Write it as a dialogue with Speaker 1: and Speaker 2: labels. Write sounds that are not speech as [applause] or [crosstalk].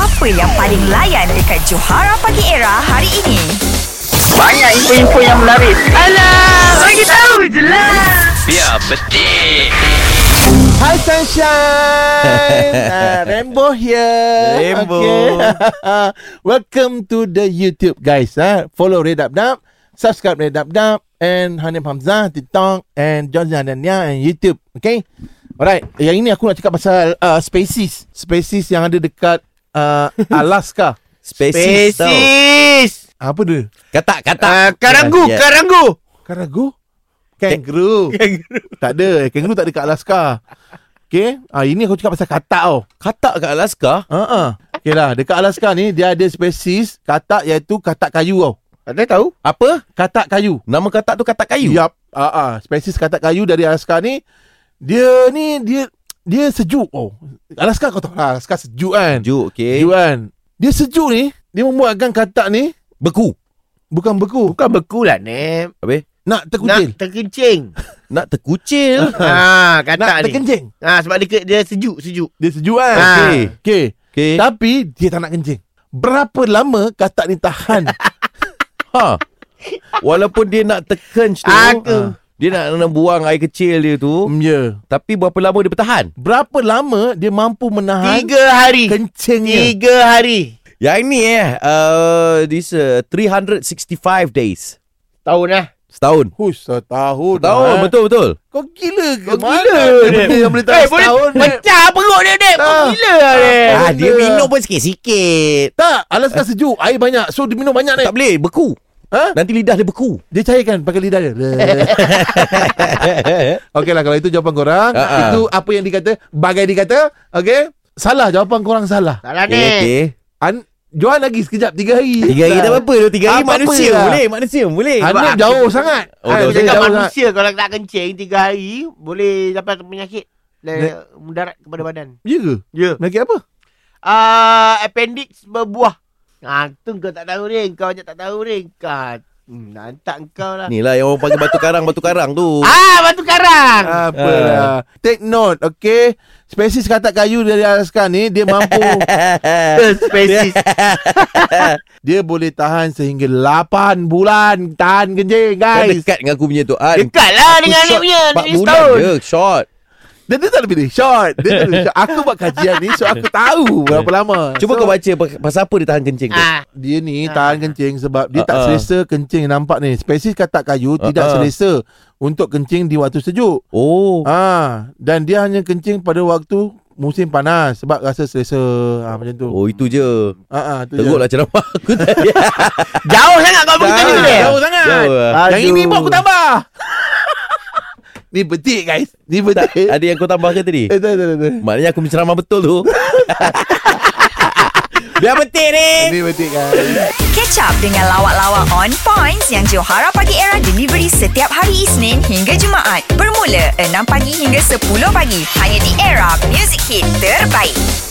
Speaker 1: Apa yang paling layan dekat Johara Pagi Era hari ini?
Speaker 2: Banyak info-info yang menarik.
Speaker 1: Alah, bagi tahu je lah.
Speaker 3: Biar betik.
Speaker 4: Hi [laughs] Sunshine uh, Rainbow here
Speaker 5: Rainbow.
Speaker 4: [laughs] Welcome to the YouTube guys uh. Follow Red Up Dap Subscribe Red Up Dap And Hanif Hamzah TikTok And John Zanania And YouTube Okay Alright Yang ini aku nak cakap pasal uh, Species Species yang ada dekat [laughs] uh, Alaska
Speaker 5: Spesies tau
Speaker 6: Sis.
Speaker 4: Ah, Apa dia?
Speaker 5: Katak katak
Speaker 6: Ah, karangu,
Speaker 5: Ya, ya.
Speaker 6: karangu.
Speaker 4: Karagu? Kangaroo [laughs] Tak ada Kangaroo tak ada kat Alaska Okay uh, Ini aku cakap pasal katak tau
Speaker 5: Katak kat Alaska
Speaker 4: Uh-uh. Okay lah, dekat Alaska ni dia ada spesies katak iaitu katak kayu tau.
Speaker 6: Ada tahu?
Speaker 4: Apa? Katak kayu.
Speaker 5: Nama katak tu katak kayu
Speaker 4: Yup. Uh-uh. Spesies katak kayu dari Alaska ni dia ni dia dia sejuk oh. Alaska kau tahu lah, Alaska sejuk kan.
Speaker 5: Juk okay
Speaker 4: Sejuk kan. Dia sejuk ni, dia membuatkan katak ni
Speaker 5: Beku
Speaker 4: bukan beku,
Speaker 6: Bukan beku lah, Nip.
Speaker 5: Habis
Speaker 4: nak terkucil. Ha,
Speaker 6: Nak
Speaker 5: [laughs]
Speaker 6: terkencing.
Speaker 5: Nak terkucil
Speaker 4: [laughs]
Speaker 6: ah,
Speaker 4: Nak, nak
Speaker 6: katak ni.
Speaker 4: terkencing.
Speaker 6: Ah, sebab dia, dia sejuk, sejuk.
Speaker 4: Dia sejuk kan.
Speaker 6: Ah.
Speaker 4: Okay. okay.
Speaker 5: Okay
Speaker 4: Tapi dia tak nak kencing. Berapa lama katak ni tahan?
Speaker 5: ha. Walaupun dia nak terkenc tu
Speaker 6: Aku.
Speaker 5: Dia nak, nak buang air kecil dia tu
Speaker 4: Hmm, ya. Yeah.
Speaker 5: Tapi berapa lama dia bertahan
Speaker 4: Berapa lama dia mampu menahan
Speaker 6: Tiga hari.
Speaker 4: kencingnya?
Speaker 6: Tiga hari.
Speaker 5: Yang ini eh uh, This uh, 365 days
Speaker 6: Tahun lah.
Speaker 5: Setahun
Speaker 4: Hush, setahun.
Speaker 5: Tahun
Speaker 4: ah.
Speaker 5: betul betul
Speaker 4: Kau gila ke?
Speaker 6: Kau
Speaker 4: Mana
Speaker 6: gila,
Speaker 4: ada
Speaker 6: Dep.
Speaker 4: benda yang boleh tahan
Speaker 6: Eh, boleh
Speaker 4: setahun. Dep?
Speaker 6: pecah perut dia, Nip. Kau
Speaker 4: Tak.
Speaker 6: gila lah, Nip.
Speaker 4: Ah, dia minum
Speaker 5: pun sikit-sikit
Speaker 4: Tak, Alaska sejuk. Air banyak. So, dia minum banyak ni.
Speaker 5: Tak boleh beku
Speaker 4: Ha?
Speaker 5: Nanti lidah dia
Speaker 6: [laughs]
Speaker 5: beku
Speaker 4: Dia cairkan pakai lidah dia. [laughs] Okey lah, kalau itu jawapan korang.
Speaker 5: Ah, ah.
Speaker 4: Itu apa yang dikata, bagai dikata. Okey? Salah, jawapan korang salah.
Speaker 6: Salah,
Speaker 5: Okay,
Speaker 6: Nip.
Speaker 5: okay.
Speaker 4: An Johan lagi sekejap, tiga hari.
Speaker 5: Tiga hari tak apa-apa tu. Tiga hari
Speaker 4: Apa-apa
Speaker 5: manusia
Speaker 4: lah.
Speaker 5: boleh, manusia boleh.
Speaker 4: Hanif
Speaker 5: Sebab-
Speaker 4: jauh sangat.
Speaker 5: Oh, jauh
Speaker 4: Hanif
Speaker 6: Aku
Speaker 5: Dia
Speaker 6: cakap
Speaker 4: jauh sangat.
Speaker 6: manusia kalau tak kencing tiga hari, boleh dapat penyakit. Dan mendarat kepada badan.
Speaker 4: Ya ke?
Speaker 6: Ya.
Speaker 4: Penyakit apa?
Speaker 6: Ah, appendix berbuah. Ah, tu kau tak tahu, Ring. Kau banyak tak tahu, Ring. Kau hmm, hantar kau lah.
Speaker 5: Ni lah yang orang panggil batu karang, batu karang tu.
Speaker 6: Ah, batu karang.
Speaker 5: Ah.
Speaker 4: Apalah. lah. Take note, okay? Spesies katak kayu dari Alaska ni, dia [laughs] mampu,
Speaker 6: Ah. Spesies.
Speaker 4: dia boleh tahan sehingga 8 bulan tahan
Speaker 5: [laughs] Kau
Speaker 4: kencing, guys.
Speaker 5: dekat dengan aku punya tu. Ah,
Speaker 6: Dekat lah dengan
Speaker 5: short
Speaker 6: Nip punya.
Speaker 5: empat
Speaker 6: Nip
Speaker 5: bulan
Speaker 6: setahun.
Speaker 5: je, short.
Speaker 4: Dia, dia tak ada pilih short. Dia tak ada pilih short. Aku buat kajian ni, so aku [laughs] tahu berapa lama.
Speaker 5: Cuba
Speaker 4: so,
Speaker 5: kau baca pa- pasal apa dia tahan kencing tu.
Speaker 6: Ah,
Speaker 4: Dia ni tahan kencing sebab dia tak
Speaker 5: Ah, ah.
Speaker 4: selesa kencing. Nampak ni, spesies katak kayu
Speaker 5: Ah, ah.
Speaker 4: tidak selesa untuk kencing di waktu sejuk.
Speaker 5: Oh.
Speaker 4: Ah, dan dia hanya kencing pada waktu musim panas sebab rasa selesa. Ah, macam tu.
Speaker 5: Oh, itu je.
Speaker 4: Ah, ah, tu je.
Speaker 5: Teruklah ceramah [laughs]
Speaker 4: [laughs]
Speaker 5: aku tadi.
Speaker 6: jauh sangat kau pergi tadi
Speaker 4: Jauh,
Speaker 6: tu dia.
Speaker 4: jauh sangat.
Speaker 5: Jauh lah.
Speaker 4: Yang ini pun aku tambah. [laughs] ni betik guys. Ni betik.
Speaker 5: Ada yang kau tambah ke tadi?
Speaker 4: Eh, tak, tak, tak, tak.
Speaker 5: Maknanya aku menceramah betul tu. [laughs] Biar betik ni.
Speaker 4: Ni betik guys.
Speaker 1: Catch up dengan lawak-lawak on points yang Johara Pagi Era delivery setiap hari Isnin hingga Jumaat. Bermula 6 pagi hingga 10 pagi. Hanya di Era Music Hit Terbaik.